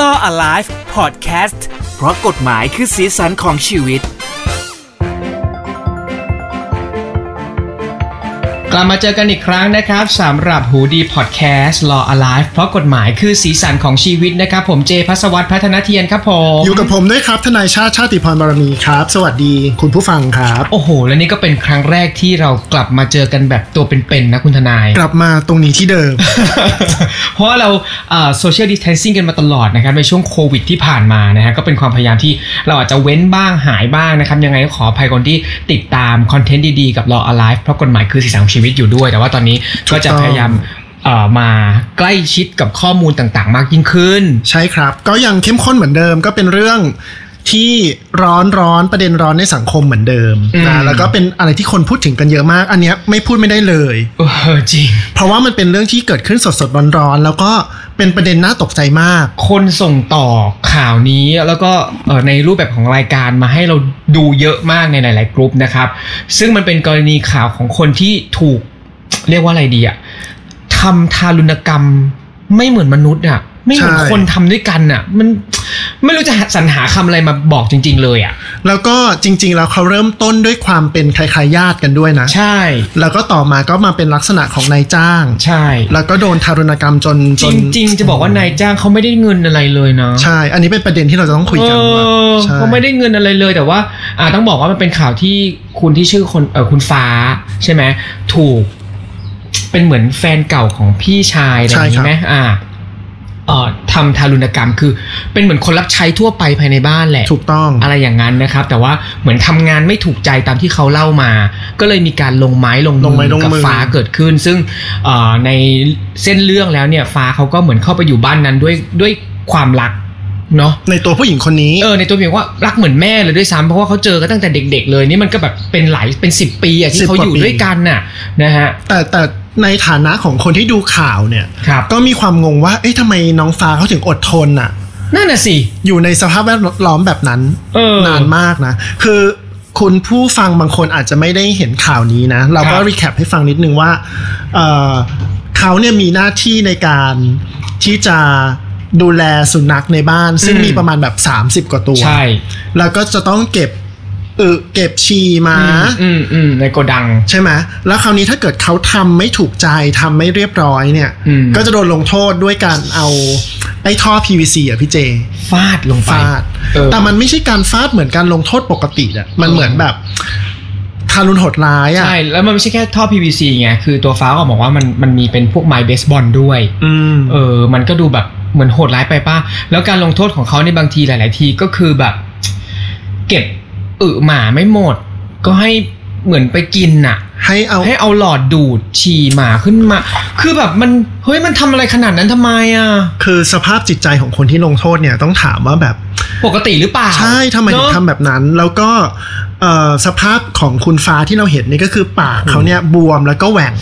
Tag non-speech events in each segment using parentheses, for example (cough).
Law Alive Podcast เพราะกฎหมายคือสีสันของชีวิต กลับมาเจอกันอีกครั้งนะครับสำหรับหูดีพอดแคสต์ Law Alive เพราะกฎหมายคือสีสันของชีวิตนะครับ ผมเจพัสวัตพัฒนเทียนครับผม อยู่กับผมด้วยครับ ทนายชาติชาติพรบารมีครับ สวัสดีคุณผู้ฟังครับ โอ้โห และนี่ก็เป็นครั้งแรกที่เรากลับมาเจอกันแบบตัวเป็นๆนะคุณทนาย ก ลับมาตรงนี้ที่เดิม (laughs) เพราะว่าเราโซเชียลดิสเทนซิ่งกันมาตลอดนะครับในช่วงโควิดที่ผ่านมานะฮะก็เป็นความพยายามที่เราอาจจะเว้นบ้างหายบ้างนะครับยังไงก็ขออภัยคนที่ติดตามคอนเทนต์ดีๆกับ Law Alive เพราะกฎหมายคือสีสันของชีวิตอยู่ด้วย แต่ว่าตอนนี้ก็จะ ถูกต้อง พยายามเอ่อมาใกล้ชิดกับข้อมูลต่างๆ มากยิ่งขึ้น ใช่ครับ ก็ยังเข้มข้นเหมือนเดิมก็เป็นเรื่องที่ร้อนร้อนประเด็นร้อนในสังคมเหมือนเดิม อืม นะแล้วก็เป็นอะไรที่คนพูดถึงกันเยอะมาก อันเนี้ยไม่พูดไม่ได้เลย เออจริง เพราะว่ามันเป็นเรื่องที่เกิดขึ้นสดสดร้อนร้อนๆแล้วก็เป็นประเด็นน่าตกใจมาก คนส่งต่อข่าวนี้แล้วก็เอ่อในรูปแบบของรายการมาให้เราดูเยอะมากในหลาย ๆ กลุ่มนะครับ ซึ่งมันเป็นกรณีข่าวของคนที่ถูก เรียกว่าอะไรดีอะทำทารุณกรรมไม่เหมือนมนุษย์อะไม่เหมือน ใช่ คนทำด้วยกันอะมันไม่รู้จะหาสรรหาคำอะไรมาบอกจริง ๆ เลยอะ แล้วก็จริง ๆ แล้วเขาเริ่มต้นด้วยความเป็นคล้ายๆญาติกันด้วยนะ ใช่ แล้วก็ต่อมาก็มาเป็นลักษณะของนายจ้าง ใช่ แล้วก็โดนทารุณกรรมจน จ จน ริง ๆ จะบอกว่านายจ้างเขาไม่ได้เงินอะไรเลยนะ ใช่ อันนี้เป็นประเด็นที่เราจะต้องคุยกันว่า เออ ใช่ เขาไม่ได้เงินอะไรเลยแต่ว่าอ่าต้องบอกว่ามันเป็นข่าวที่คุณที่ชื่อคนเออคุณฟ้าใช่ไหมถูก เป็นเหมือนแฟนเก่าของพี่ชายอะไรอย่าง ใช่ครั นี้ บ ไหมอ่าเอ่อทำทารุณกรรมคือ เป็นเหมือนคนรับใช้ทั่วไปภายในบ้านแหละ ถูกต้อง อะไรอย่างนั้นนะครับ แต่ว่าเหมือนทำงานไม่ถูกใจตามที่เขาเล่ามา ก็เลยมีการลงไม้ลง ลงไม้ มือ ลง กับ มือ ฟ้าเกิดขึ้น ซึ่งเอ่อในเส้นเรื่องแล้วเนี่ย ฟ้าเขาก็เหมือนเข้าไปอยู่บ้านนั้นด้วยด้วยความรักเนาะ ในตัวผู้หญิงคนนี้ เออในตัวเพียงว่ารักเหมือนแม่เลยด้วยซ้ำเพราะว่าเขาเจอกันตั้งแต่เด็ก ๆ เลยนี่มันก็แบบเป็นหลายเป็นสิบปีอะที่ 10 เขาอยู่ กว่าปี ด้วยกันน่ะนะฮะ แต่แต่ในฐานะของคนที่ดูข่าวเนี่ย ครับ ก็มีความงงว่า เอ๊ะทำไมน้องฟ้าเขาถึงอดทนน่ะ นั่นน่ะสิ อยู่ในสภาพแวดล้อมแบบนั้น เออ นานมากนะ คือคุณผู้ฟังบางคนอาจจะไม่ได้เห็นข่าวนี้นะ เราคก็รับ รีแคปให้ฟังนิดนึงว่าเอ่อเขาเนี่ยมีหน้าที่ในการที่จะดูแลสุนัขในบ้าน ซึ่งมีประมาณแบบ 30 กว่าตัว ใช่ แล้วก็จะต้องเก็บอึเก็บชีมา อืมอืมอืมในโกดัง ใช่ไหมแล้วคราวนี้ถ้าเกิดเขาทำไม่ถูกใจทำไม่เรียบร้อยเนี่ย อืม ก็จะโดนลงโทษด้วยการเอาไอ้ท่อ PVC อ่ะพี่เจ ฟาดลงไป ฟาด เออ แต่มันไม่ใช่การฟาดเหมือนการลงโทษปกติอ่ะมันเหมือนแบบทารุณโหดร้ายอ่ะ ใช่ แล้วมันไม่ใช่แค่ท่อ PVC ไงคือตัวฟ้าก็บอกว่ามันมันมีเป็นพวกไม้เบสบอลด้วย อืม เออ มันก็ดูแบบเหมือนโหดร้ายไปป้า แล้วการลงโทษของเขาในบางทีหลาย ๆ ทีก็คือแบบ เก็บอึหมาไม่หมด ก็ให้เหมือนไปกินน่ะ ให้เอา ให้เอาหลอดดูดฉี่หมาขึ้นมา คือแบบมัน เฮ้ย มันทำอะไรขนาดนั้นทำไมอ่ะ คือสภาพจิตใจของคนที่ลงโทษเนี่ยต้องถามว่าแบบ ปกติหรือเปล่า ใช่ทำไมถึง เนอะ ทำแบบนั้น แล้วก็เอ่อสภาพของคุณฟ้าที่เราเห็นนี่ก็คือปากเขาเนี่ยบวมแล้วก็แหว่ง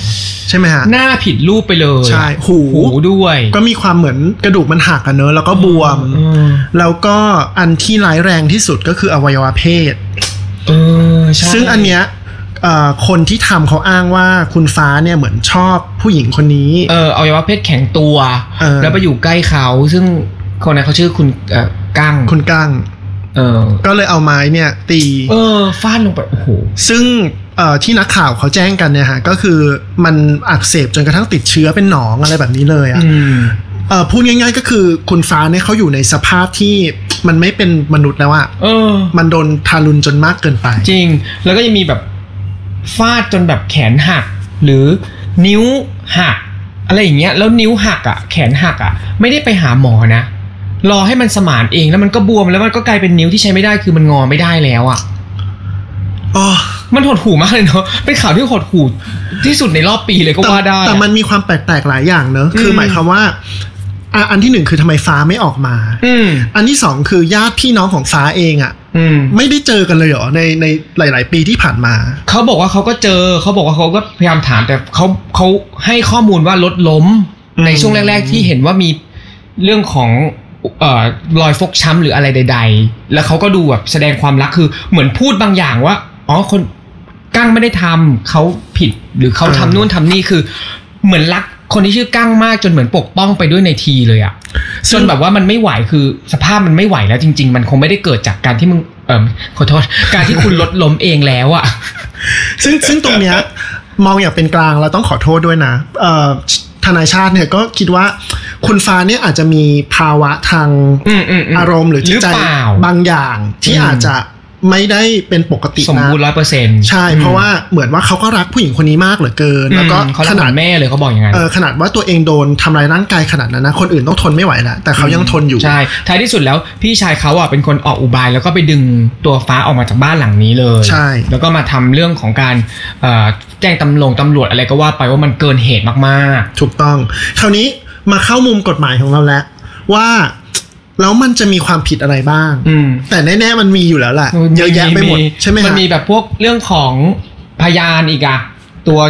ใช่ไหมฮะ หน้าผิดรูปไปเลย ใช่หู หูด้วย ก็มีความเหมือนกระดูกมันหักอะเนอะแล้วก็บวม อืม แล้วก็อันที่ร้ายแรงที่สุดก็คืออวัยวะเพศ เออใช่ ซึ่งอันเนี้ยเอ่อคนที่ทำเขาอ้างว่าคุณฟ้าเนี่ยเหมือนชอบผู้หญิงคนนี้ เอออวัยวะเพศแข็งตัว เออ แล้วไปอยู่ใกล้เขา ซึ่งคนนั้นเขาชื่อคุณเอ่อกั้ง คุณกั้ง เออ ก็เลยเอาไม้เนี่ยตี เออฟาดลงไป โอ้โห ซึ่งเอ่อที่นักข่าวเขาแจ้งกันเนี่ยฮะก็คือมันอักเสบจนกระทั่งติดเชื้อเป็นหนองอะไรแบบนี้เลยอะ อืม เอ่ะพูดง่ายๆก็คือคุณฟ้าเนี่ยเขาอยู่ในสภาพที่มันไม่เป็นมนุษย์แล้วอะ เออ มันโดนทารุณจนมากเกินไป จริง แล้วก็ยังมีแบบฟาดจนแบบแขนหัก หรือนิ้วหัก อะไรอย่างเงี้ย แล้วนิ้วหักอ่ะ แขนหักอ่ะ ไม่ได้ไปหาหมอนะ รอให้มันสมานเองแล้วมันก็บวมแล้วมันก็กลายเป็นนิ้วที่ใช้ไม่ได้คือมันงอไม่ได้แล้วอ่ะ อ๋อ มันหดหู่มากเลยเนาะ เป็นข่าวที่หดหู่ที่สุดในรอบปีเลยก็ แต่ ว่าได้ แต่มันมีความแปลกๆหลายอย่างเนอะคืออ ม หมายความว่าอ่ะอันที่หนึ่งคือทำไมฟ้าไม่ออกมา อืม อันที่สองคือญาติพี่น้องของฟ้าเองอะ่ะ อืม ไม่ได้เจอกันเลยเหรอในในหลาย ๆ ปีที่ผ่านมา เขาบอกว่าเขาก็เจอ เขาบอกว่าเขาก็พยายามถามแต่เขาเขาให้ข้อมูลว่ารถล้ม อืม ในช่วงแรก ๆ ที่เห็นว่ามีเรื่องของเอ่อรอยฟกช้ำหรืออะไรใด ๆ แล้วเขาก็ดูแบบแสดงความรักคือเหมือนพูดบางอย่างว่าอ๋อคนกั้งไม่ได้ทำเขาผิดหรือเขาทำนู่นทำนี่คือ เหมือนรัก คนที่ชื่อกั้งมากจนเหมือนปกป้องไปด้วยในทีเลยอะจนแบบว่ามันไม่ไหวคือสภาพมันไม่ไหวแล้วจริง ๆ มันคงไม่ได้เกิดจากการที่มึงเออขอโทษ การที่คุณลดล้มเองแล้วอะ ซึ่งซึ่งตรงเนี้ (laughs) ยมองอย่างเป็นกลางเราต้องขอโทษด้วยนะเอ่อทนายชาติเนี่ยก็คิดว่าคุณฟ้าเนี่ยอาจจะมีภาวะทาง อืมอืมอืม อารมณ์หรือจิตใจ หรือเปล่า บางอย่างที่ อืม อาจจะไม่ได้เป็นปกติ สม นะ บูรณ์ร้อยเปอร์เซ็นต์ ใช่ เพราะว่าเหมือนว่าเขาก็รักผู้หญิงคนนี้มากเหลือเกิน แล้วก็ เขา ข ขนา นา ด ด แม่เลยเขาบอกอย่างนั้น เออขนาดว่าตัวเองโดนทำร้ายร่างกายขนาดนั้นนะคนอื่นต้องทนไม่ไหวแล้วแต่เขายังทนอยู่ ใช่ ท้ายที่สุดแล้วพี่ชายเขาอ่ะเป็นคนออกอุบายแล้วก็ไปดึงตัวฟ้าออกมาจากบ้านหลังนี้เลย ใช่ แล้วก็มาทำเรื่องของการเอ่อแจ้งตำรวจตำรวจอะไรก็ว่าไปว่ามันเกินเหตุมาก ถูกต้อง คราวนี้มาเข้ามุมกฎหมายของเราแล้วว่าแล้วมันจะมีความผิดอะไรบ้าง ๆ อืม แต่แน่ๆมันมีอยู่แล้วแหละเยอะแยะไปหมดใช่ไหม มัน ฮะ มีแบบพวกเรื่องของพยานอีกอะตัว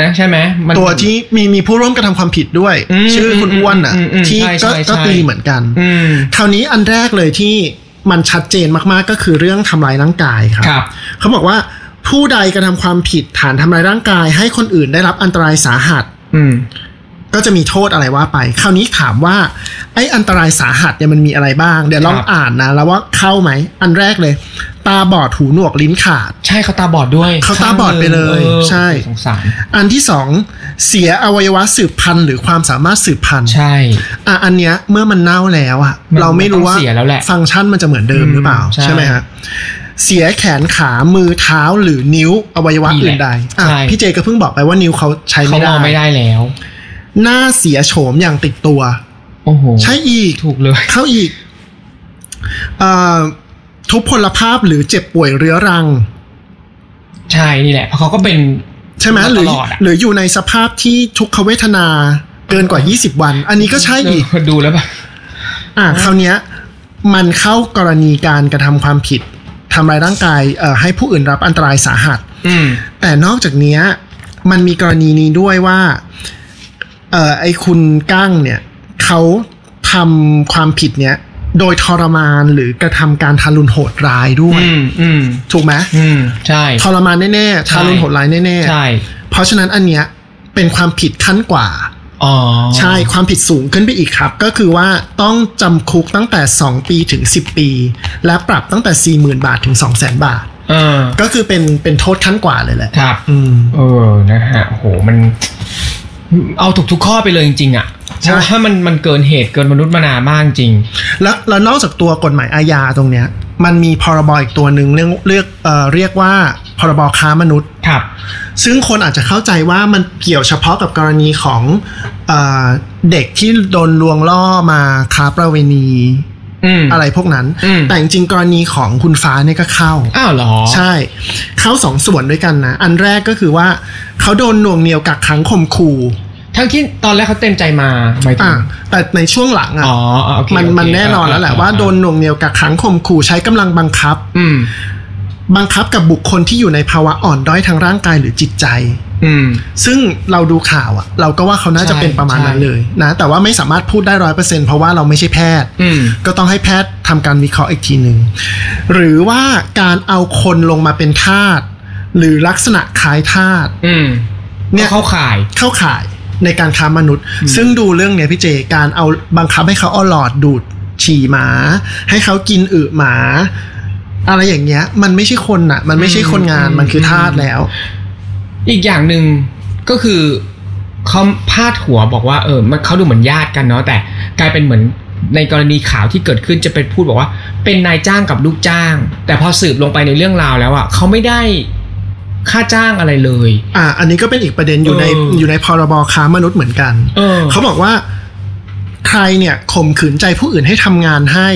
นะใช่ไหมมัน ตัวที่มีมีผู้ร่วมกระทำความผิดด้วย อืม ชื่อคุณอ้วนอ่ะ อืมอืม ที่ ใช่ใช่ ก็ก็ ใช่ ตีเหมือนกัน อืม คราวนี้อันแรกเลยที่มันชัดเจนมากๆก็คือเรื่องทำร้ายร่างกายครับ ครับ เขาบอกว่าผู้ใดกระทำความผิดฐานทำร้ายร่างกาย ให้คนอื่นได้รับอันตรายสาหัส อืม ก็จะมีโทษอะไรว่าไป คราวนี้ถามว่า ไอ้อันตรายสาหัสเนี่ยมันมีอะไรบ้าง เดี๋ยวลอง ครับ อ่านนะ แล้วว่าเข้าไหม อันแรกเลย ตาบอดหูหนวกลิ้นขาด ใช่เขาตาบอดด้วย เขาตาบอดไปเลย ออ ใช่ สงสาร อันที่สองเสียอวัยวะสืบพันธุ์หรือความสามารถสืบพันธุ์ ใช่ อ่ะอันเนี้ยเมื่อมันเน่าแล้วอะ มัน เราไม่รู้ว่า มันต้องเสียแล้วแหละ ฟังก์ชันมันจะเหมือนเดิม อืม หรือเปล่า ใช่ ไหมฮะเสียแขนขามือเท้าหรือนิ้วอวัยวะ นี่ อื่ แหละ นใดอ่ะ ใช่ พี่เจก็เพิ่งบอกไปว่านิ้วเขาใช้ เขา ไม่ ม ได้ องไม่ได้แล้ว หน้าเสียโฉมอย่างติดตัว โอ้โห ใช่อีก ถูกเลย เข้าอีกเอ่อทุพพลภาพหรือเจ็บป่วยเรื้อรัง ใช่นี่แหละเพราะเขาก็เป็น ใช่ไหมหรื ต อ ลอดอะ หรืออยู่ในสภาพที่ทุกขเวทนาเกินกว่า 20 วัน อันนี้ก็ใช่อีก ดูแล้วแบบ อ่ะคราวเนี้ยมันเข้ากรณีการกระทำความผิดทำร้ายร่างกายเอ่อให้ผู้อื่นรับอันตรายสาหัส อืม แต่นอกจากเนี้ยมันมีกรณีนี้ด้วยว่าเอ่อไอคุณก้างเนี่ยเขาทำความผิดเนี้ยโดยทรมานหรือกระทำการทารุณโหดร้ายด้วย อืมอืม ถูกไหม อืมใช่ ทรมานแน่ๆ ทารุณโหดร้ายแน่ ใช่ ๆ เพราะฉะนั้นอันเนี้ยเป็นความผิดขั้นกว่า อ๋อ ใช่ความผิดสูงขึ้นไปอีกครับ ก็คือว่าต้องจำคุกตั้งแต่ 2 ปีถึง 10 ปี และปรับตั้งแต่ 40,000 บาทถึง 200,000 บาท เออ ก็คือเป็นเป็นโทษขั้นกว่าเลยแหละ ครับ อืม เออนะฮะโหมัน เอาถูกทุกข้อไปเลยจริงๆอ่ะ ใช่ เพราะว่ามันมันเกินเหตุเกินมนุษย์มนามากจริง แล้วแล้วนอกจากตัวกฎหมายอาญาตรงเนี้ย มันมีพรบอีกตัวหนึ่งเรื่องเรียกเอ่อเรียกว่าพรบค้ามนุษย์ ครับ ซึ่งคนอาจจะเข้าใจว่ามันเกี่ยวเฉพาะกับกรณีของเออเด็กที่โดนลวงล่อมาค้าประเวณี อืม อะไรพวกนั้น อืม แต่จริงๆกรณีของคุณฟ้าเนี่ยก็เข้า อ้าวเหรอ ใช่ เข้าสองส่วนด้วยกันนะ อันแรกก็คือว่าเขาโดนหน่วงเหนียวกักขังข่มขู่ ทั้งที่ตอนแรกเขาเต็มใจมาหมายถึ อ่ะ ง แต่ในช่วงหลังอ่ะ อ๋ออ๋อโอเค มัน โอเค มันแน่นอนแล้วแหละว่าโดนหน่วงเหนียวกักขังข่มขู่ใช้กำลังบังคับ อืม บังคับกับบุคคลที่อยู่ในภาวะอ่อนด้อยทางร่างกายหรือจิตใจ อืม ซึ่งเราดูข่าวอะเราก็ว่าเขาน่าจะ ใช่ เป็นประมาณ ใช่ นั้นเลยนะ แต่ว่าไม่สามารถพูดได้ร้อยเปอร์เซ็นเพราะว่าเราไม่ใช่แพทย์ อืม ก็ต้องให้แพทย์ทำการวิเคราะห์อีกทีหนึ่งหรือว่าการเอาคนลงมาเป็นทาสหรือลักษณะคล้ายทาส อืม เนี่ เนี่ย ยเข้าข่าย เข้าข่ายในการค้ามนุษย์ ซึ่งดูเรื่องเนี้ยพี่เจการเอาบังคับให้เขาเอาหลอดดูดฉี่หมา ให้เขากินอึหมา อะไรอย่างเงี้ย มันไม่ใช่คนน่ะ มันไม่ใช่คนงาน อืม มันคือทาสแล้ว อีกอย่างหนึ่งก็คือเขาพาดหัวบอกว่าเออมันเขาดูเหมือนญาติกันเนาะแต่กลายเป็นเหมือนในกรณีข่าวที่เกิดขึ้นจะเป็นพูดบอกว่า เป็นนายจ้างกับลูกจ้าง แต่พอสืบลงไปในเรื่องราวแล้วอ่ะเขาไม่ได้ค่าจ้างอะไรเลย อ่า อันนี้ก็เป็นอีกประเด็นอยู่ใน เออ อ อ ยู่ในพรบค้ามนุษย์เหมือนกัน เออ เขาบอกว่า ใครเนี่ยข่มขืนใจผู้อื่นให้ทำงานให้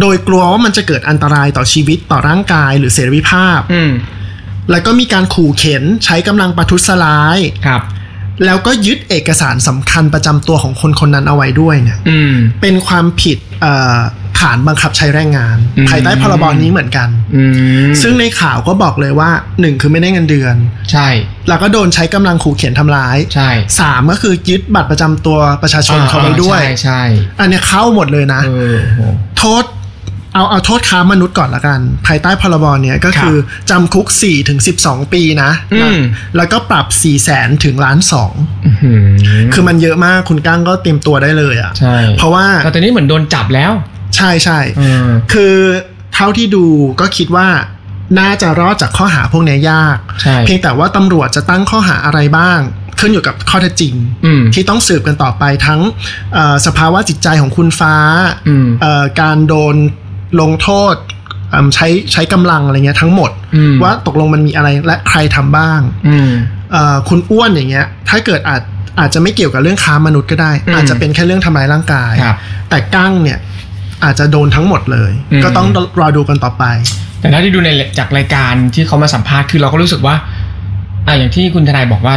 โดยกลัวว่ามันจะเกิดอันตรายต่อชีวิตต่อร่างกายหรือเสรีภาพ อืม แล้วก็มีการขู่เข็นใช้กำลังประทุษร้าย ครับ แล้วก็ยึดเอกสารสำคัญประจำตัวของคนคนนั้นเอาไว้ด้วยเนี่ย อืม เป็นความผิดเอ่อฐานบังคับใช้แรงงาน อืม ภายใต้พรบนี้เหมือนกัน อืม ซึ่งในข่าวก็บอกเลยว่าหนึ่งคือไม่ได้เงินเดือน ใช่ แล้วก็โดนใช้กำลังขู่เข็นทำร้าย ใช่ สามก็คือยึดบัตรประจำตัวประชาชนเขาไว้ด้วย ใช่ใช่ อันเนี้ยเข้าหมดเลยนะ เออโห โทษ เอาเอาโทษค้ามนุษย์ก่อนละกัน ภายใต้พรบเนี้ยก็คือจำคุก4ถึง12 ปีนะ อืม แล้วก็ปรับ 4 0 0แสนถึงล้านสอง อื้อหือ คือมันเยอะมากคุณก้างก็เตรียมตัวได้เลยอะ่ะ ใช่ เพราะว่า แต่ตอนนี้เหมือนโดนจับแล้ว ใช่ใช่ เออ คือเท่าที่ดูก็คิดว่าน่าจะรอดจากข้อหาพวกเนี้ยยาก ใช่ เพียงแต่ว่าตำรวจจะตั้งข้อหาอะไรบ้าง ขึ้นอยู่กับข้อเท็จจริง อืม ที่ต้องสืบกันต่อไปทั้งเอ่อสภาวะจิตใจของคุณฟ้า อืม เอ่อการโดนลงโทษเอิ่มใช้ใช้กำลังอะไรเงี้ยทั้งหมด อืม ว่าตกลงมันมีอะไรและใครทำบ้าง อืม เอ่อคุณอ้วนอย่างเงี้ยถ้าเกิดอาจอาจจะไม่เกี่ยวกับเรื่องค้ามนุษย์ก็ได้ อืม อาจจะเป็นแค่เรื่องทำร้ายร่างกาย ครับ แต่กั้งเนี่ยอาจจะโดนทั้งหมดเลย อืม ก็ต้องรอดูกันต่อไป แต่ถ้าที่ดูในจากรายการที่เขามาสัมภาษณ์คือเราก็รู้สึกว่าอ่ะอย่างที่คุณทนายบอกว่า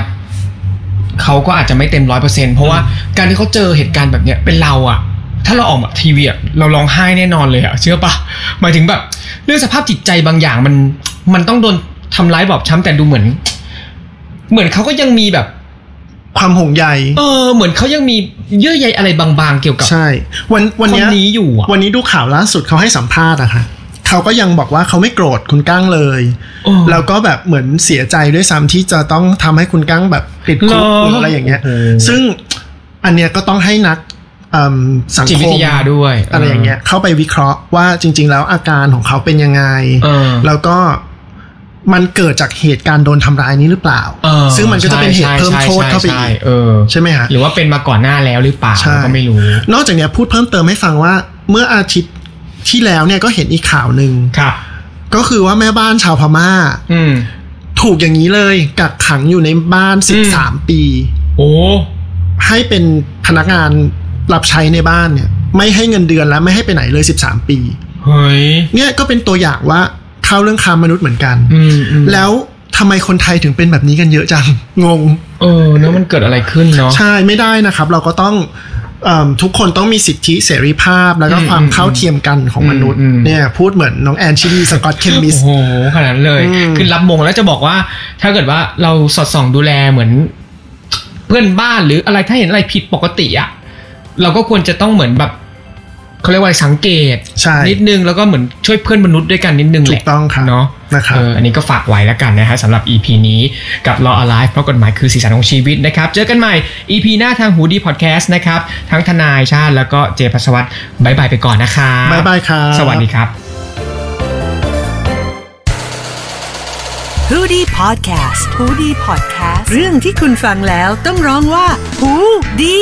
เขาก็อาจจะไม่เต็มร้อยเปอร์เซ็นเพราะว่าการที่เขาเจอเหตุการณ์แบบเนี้ยเป็นเราอะถ้าเราออกมาทีวีอะเราร้องไห้แน่นอนเลยอะเชื่อปะหมายถึงแบบ เรื่องสภาพจิตใจบางอย่างมัน มันต้องโดนทำร้ายบอบช้ำแต่ดูเหมือน เหมือนเขาก็ยังมีแบบ ความห่วงใย เออ เหมือนเขายังมีเยื่อใยอะไรบางๆเกี่ยวกับ ใช่ วันวัน ค เนี้ น ย นี้อยู่อะ วันนี้ดูข่าวล่าสุดเขาให้สัมภาษณ์อะค่ะเขาก็ยังบอกว่าเขาไม่โกรธคุณก้างเลย เออ แล้วก็แบบเหมือนเสียใจด้วยซ้ำที่จะต้องทำให้คุณก้างแบบติดคุก เหรอ หรืออะไรอย่างเงี้ย โอ้โห ซึ่งอันเนี้ยก็ต้องให้นักเอิ่มสัง จิต ค วิ ม ทยาด้วย อะไรอย่างเงี้ยเข้าไปวิเคราะห์ว่าจริง ๆ แล้วอาการของเขาเป็นยังไง เออ แล้วก็มันเกิดจากเหตุการณ์โดนทำร้ายนี้หรือเปล่า เออ ซึ่งมันก็จะเป็นเหตุเพิ่มโทษเข้าไป ใช่ อีก ใช่เออ ใช่ไหมฮะ หรือว่าเป็นมาก่อนหน้าแล้วหรือเปล่า ใช่ ก็ไม่รู้ นอกจากเนี้ยพูดเพิ่มเติมให้ฟังว่าเมื่ออาทิตย์ที่แล้วเนี่ยก็เห็นอีกข่าวหนึ่ง ครับ ก็คือว่าแม่บ้านชาวพม่า อืม ถูกอย่างนี้เลยกักขังอยู่ในบ้าน อื 13 ปี โอ้ ให้เป็นพนักงานรับใช้ในบ้านเนี่ยไม่ให้เงินเดือนและไม่ให้ไปไหนเลย 13 ปี เฮ้ย เนี่ยก็เป็นตัวอย่างว่าเข้าเรื่องค้ามนุษย์เหมือนกัน อืมอืม แล้วทำไมคนไทยถึงเป็นแบบนี้กันเยอะจัง งง เออเนอะมันเกิดอะไรขึ้นเนาะ ใช่ไม่ได้นะครับ เราก็ต้องเอิ่มทุกคนต้องมีสิทธิเสรีภาพ แล้วก็ อืม ความเท่าเทียมกันของมนุษย์ อืมอืม เนี่ยพูดเหมือนน้องแอนชิลีสกอตเคมมิส โอ้โหขนาดนั้นเลย อืม คือรับมงแล้วจะบอกว่า ถ้าเกิดว่าเราสอดส่องดูแลเหมือน เพื่อนบ้านหรืออะไรถ้าเห็นอะไรผิดปกติอะเราก็ควรจะต้องเหมือนแบบเขาเรียกว่าอะไรสังเกต ใช่ นิดนึงแล้วก็เหมือนช่วยเพื่อนมนุษย์ด้วยกันนิดนึงแห ถู ละ กต้องครับ เนาะ นะครับ เอออันนี้ก็ฝากไว้แล้วกันนะฮะสำหรับ EP นี้กับ Law Alive เพราะกฎหมายคือสีสันของชีวิตนะครับ เจอกันใหม่ EP หน้าทางหูดีพอดแคสต์นะครับ ทั้งทนายชาติแล้วก็เจพัสวัตรบายบายไปก่อนนะคะ บ๊ายบายครับ สวัสดีครับ h o ดี้พอดแคสต์ฮูดี้พอดแคสต์เรื่องที่คุณฟังแล้วต้องร้องว่าฮูดี